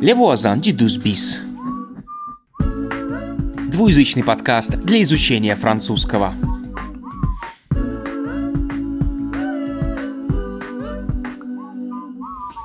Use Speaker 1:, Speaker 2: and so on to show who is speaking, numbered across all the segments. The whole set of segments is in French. Speaker 1: Les voisins du 12 bis. Двуязычный подкаст для изучения французского.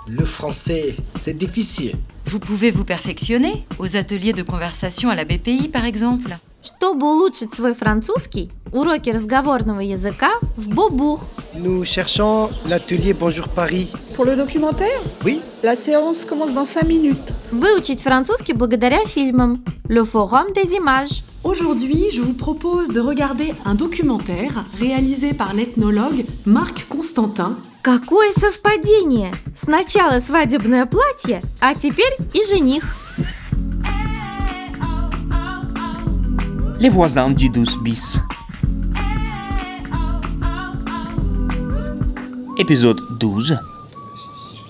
Speaker 2: Le français, c'est difficile.
Speaker 3: Vous pouvez vous perfectionner aux ateliers de conversation à la BPI par exemple.
Speaker 4: Чтобы улучшить свой французский, уроки разговорного языка в Бобух.
Speaker 2: Nous cherchons l'atelier Bonjour Paris.
Speaker 5: Pour le documentaire,
Speaker 2: Oui,
Speaker 5: la séance commence dans 5 minutes.
Speaker 4: Выучить французский благодаря фильмам Le Forum des Images.
Speaker 6: Aujourd'hui, je vous propose de regarder un documentaire réalisé par l'ethnologue Marc Constantin.
Speaker 4: Какое совпадение! Сначала свадебное платье, а теперь и жених.
Speaker 1: Les voisins du 12 bis. Épisode 12.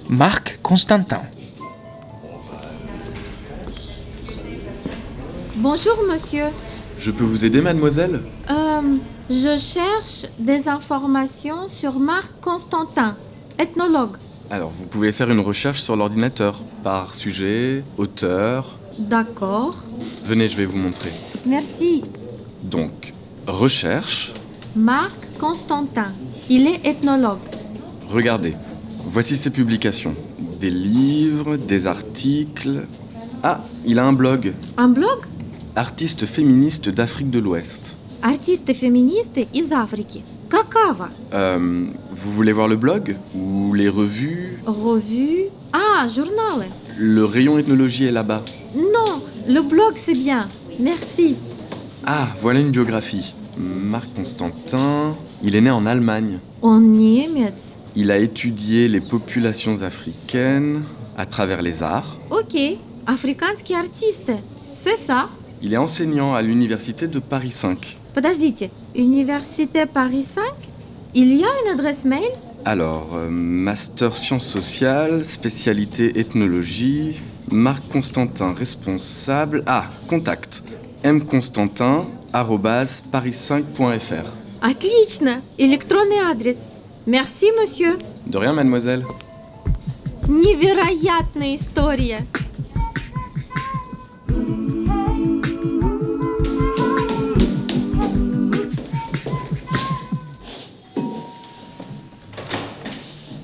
Speaker 1: Marc Constantin.
Speaker 4: Bonjour, monsieur.
Speaker 7: Je peux vous aider, mademoiselle
Speaker 4: Euh, je cherche des informations sur Marc Constantin, ethnologue.
Speaker 7: Alors, vous pouvez faire une recherche sur l'ordinateur, par sujet, auteur.
Speaker 4: D'accord.
Speaker 7: Venez, je vais vous montrer.
Speaker 4: Merci.
Speaker 7: Donc, recherche,
Speaker 4: Marc Constantin. Il est ethnologue.
Speaker 7: regardez. Voici ses publications. Des livres, des articles. Ah, il a un blog.
Speaker 4: Un blog
Speaker 7: Artiste féministe d'Afrique de l'Ouest.
Speaker 4: Артисты-феминисты из Африки. Какава?
Speaker 7: Euh, vous voulez voir le blog Ou les revues
Speaker 4: Revue. Ah, журналы.
Speaker 7: Le rayon ethnologie est là-bas.
Speaker 4: Non, le blog c'est bien. Merci.
Speaker 7: Ah, voilà une biographie. Marc Constantin. Il est né en Allemagne.
Speaker 4: Он немец.
Speaker 7: Il a étudié les populations africaines à travers les arts.
Speaker 4: Окей, африканские артисты. C'est ça.
Speaker 7: Il est enseignant à l'université de Paris 5.
Speaker 4: Подождите, университет Paris 5? Il y a une adresse mail?
Speaker 7: Alors, euh, master sciences sociales, spécialité ethnologie, Marc Constantin responsable. Ah, contact. mconstantin@paris5.fr.
Speaker 4: Отлично, электронный адрес. Merci, monsieur.
Speaker 7: De rien, mademoiselle.
Speaker 4: Невероятная история.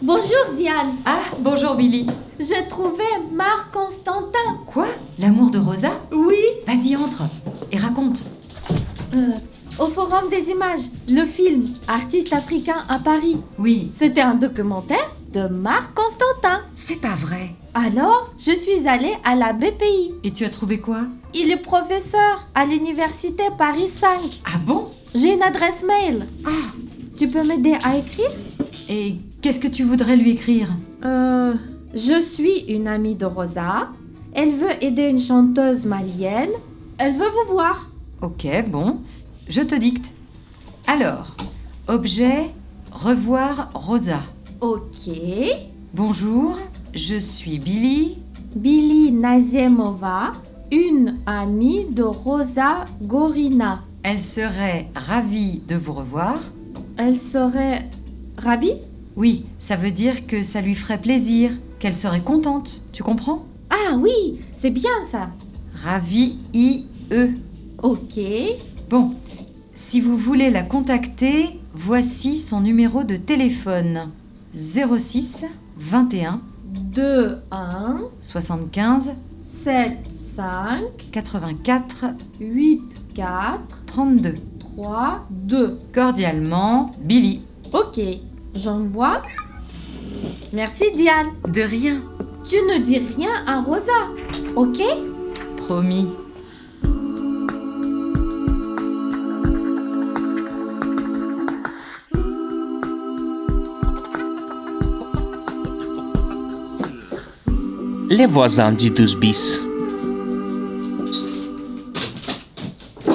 Speaker 4: Bonjour Diane,
Speaker 3: Ah, bonjour Billy.
Speaker 4: j'ai trouvé Marc Constantin.
Speaker 3: Quoi L'amour de Rosa
Speaker 4: Oui.
Speaker 3: Vas-y, entre et raconte.
Speaker 4: au Forum des images, le film Artiste africain à Paris.
Speaker 3: Oui.
Speaker 4: C'était un documentaire de Marc Constantin.
Speaker 3: C'est pas vrai.
Speaker 4: Alors, je suis allée à la BPI.
Speaker 3: Et tu as trouvé quoi
Speaker 4: Il est professeur à l'université Paris 5.
Speaker 3: Ah bon
Speaker 4: J'ai une adresse mail.
Speaker 3: Ah
Speaker 4: Tu peux m'aider à écrire
Speaker 3: Et qu'est-ce que tu voudrais lui écrire
Speaker 4: Euh, je suis une amie de Rosa. Elle veut aider une chanteuse malienne. Elle veut vous voir.
Speaker 3: Ok, bon. Je te dicte. Alors, objet, revoir Rosa.
Speaker 4: Ok.
Speaker 3: Bonjour, je suis Billy.
Speaker 4: Billy Nazemova, une amie de Rosa Gorina.
Speaker 3: Elle serait ravie de vous revoir.
Speaker 4: Elle serait ravie
Speaker 3: Oui, ça veut dire que ça lui ferait plaisir, qu'elle serait contente, tu comprends
Speaker 4: Ah oui, c'est bien ça.
Speaker 3: Ravi IE.
Speaker 4: Ok.
Speaker 3: Bon, si vous voulez la contacter, voici son numéro de téléphone 06 21
Speaker 4: 2, 1,
Speaker 3: 75
Speaker 4: 7, 5,
Speaker 3: 84
Speaker 4: 8, 4,
Speaker 3: 32.
Speaker 4: 3, 2.
Speaker 3: Cordialement, Billy.
Speaker 4: Ok, j'envoie. Merci Diane.
Speaker 3: De rien,
Speaker 4: Tu ne dis rien à Rosa, ok
Speaker 3: promis.
Speaker 1: Les voisins du 12 bis.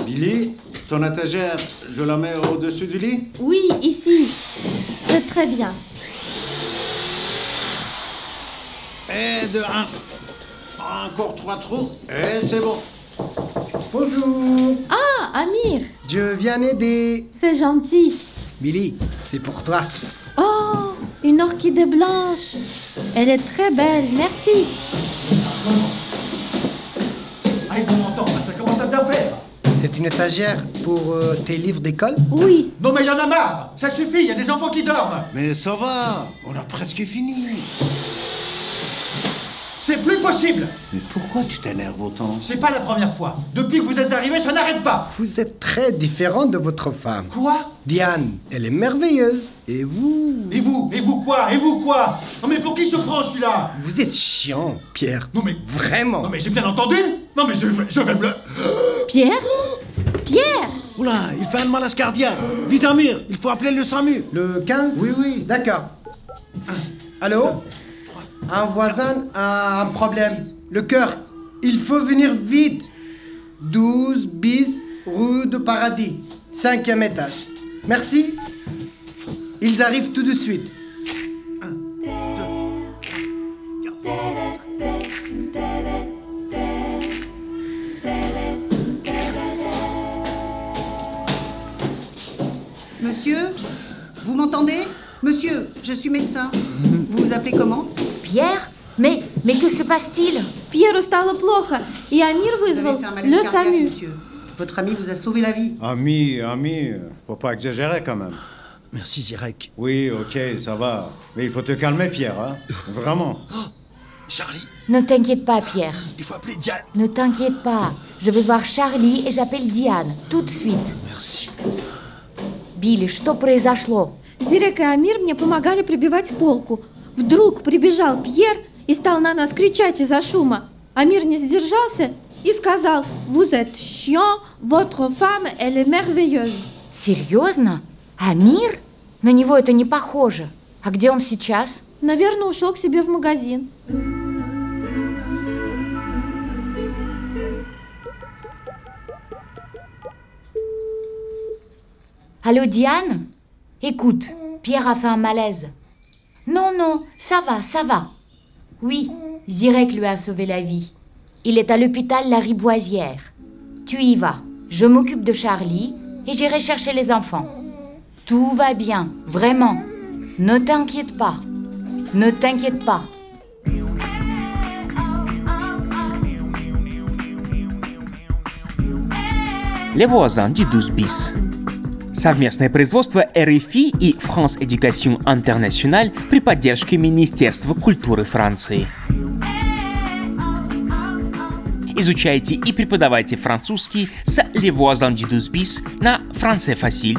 Speaker 8: Billy, ton étagère, je la mets au-dessus du lit
Speaker 4: Oui, ici. C'est très bien.
Speaker 8: Et de un. Encore trois trous. Et c'est bon.
Speaker 2: Bonjour,
Speaker 4: Ah, Amir,
Speaker 2: je viens aider.
Speaker 4: c'est gentil.
Speaker 2: Billy, c'est pour toi.
Speaker 4: Oh, une orchidée blanche. Elle est très belle, merci.
Speaker 9: Aïe, bon entend, ça commence à bien faire.
Speaker 2: C'est une étagère pour euh, tes livres d'école
Speaker 4: Oui,
Speaker 9: Non, mais il y en a marre Ça suffit, il y a des enfants qui dorment
Speaker 10: Mais ça va, on a presque fini.
Speaker 9: C'est plus possible
Speaker 10: Mais pourquoi tu t'énerves autant
Speaker 9: C'est pas la première fois. Depuis que vous êtes arrivés, ça n'arrête pas
Speaker 2: Vous êtes très différent de votre femme.
Speaker 9: Quoi
Speaker 2: Diane, elle est merveilleuse. Et vous
Speaker 9: Et vous Et vous quoi Et vous quoi Non, mais pour qui se prend celui-là
Speaker 2: Vous êtes chiant, Pierre.
Speaker 9: Non, mais.
Speaker 2: Vraiment.
Speaker 9: Non, mais j'ai bien entendu Non, mais je, je- je vais me le.
Speaker 4: Pierre Pierre
Speaker 10: Oula, il fait un malaise cardiaque. Vite, Amir, il faut appeler le SAMU.
Speaker 2: Le 15
Speaker 10: Oui, oui.
Speaker 2: D'accord. Allô Un voisin a un problème. Le cœur. Il faut venir vite. 12 bis rue de Paradis. Cinquième étage. Merci. Ils arrivent tout de suite.
Speaker 11: Monsieur Vous m'entendez Monsieur, je suis médecin. Vous vous appelez comment
Speaker 3: Pierre Mais, mais que se passe-t-il
Speaker 4: Pierre стало плохо, и Амир
Speaker 11: Vous avez
Speaker 4: вызвал
Speaker 11: fait un malaise
Speaker 4: le
Speaker 11: cardiaque,
Speaker 4: SAMU.
Speaker 11: monsieur. Votre ami vous a sauvé la vie.
Speaker 10: Ami, ami, faut pas exagérer quand même.
Speaker 2: Merci, Zirek.
Speaker 10: Oui, ok, ça va. Mais il faut te calmer, Pierre, hein. Vraiment.
Speaker 9: Charlie,
Speaker 3: Ne t'inquiète pas, Pierre.
Speaker 9: il faut appeler Diane
Speaker 3: Ne t'inquiète pas. Je vais voir Charlie et j'appelle Diane, tout de suite. Билли, что произошло?
Speaker 4: Зирек и Амир мне помогали прибивать полку. Вдруг прибежал Пьер и стал на нас кричать из-за шума. Амир не сдержался и сказал «Vous êtes chiant, votre femme, elle est merveilleuse».
Speaker 3: Серьезно? Амир? На него это не похоже. А где он сейчас?
Speaker 4: Наверное, ушел к себе в магазин.
Speaker 3: Allô, Diane Écoute, Pierre a fait un malaise. Non, non, ça va, ça va. Oui, Zirek lui a sauvé la vie. Il est à l'hôpital La Riboisière. Tu y vas. Je m'occupe de Charlie et j'irai chercher les enfants. Tout va bien, vraiment. Ne t'inquiète pas. Ne t'inquiète pas.
Speaker 1: Les voisins du 12 bis. Совместное производство РФИ и France Education International при поддержке Министерства культуры Франции. Изучайте и преподавайте французский с Les voisins du 12 bis на francais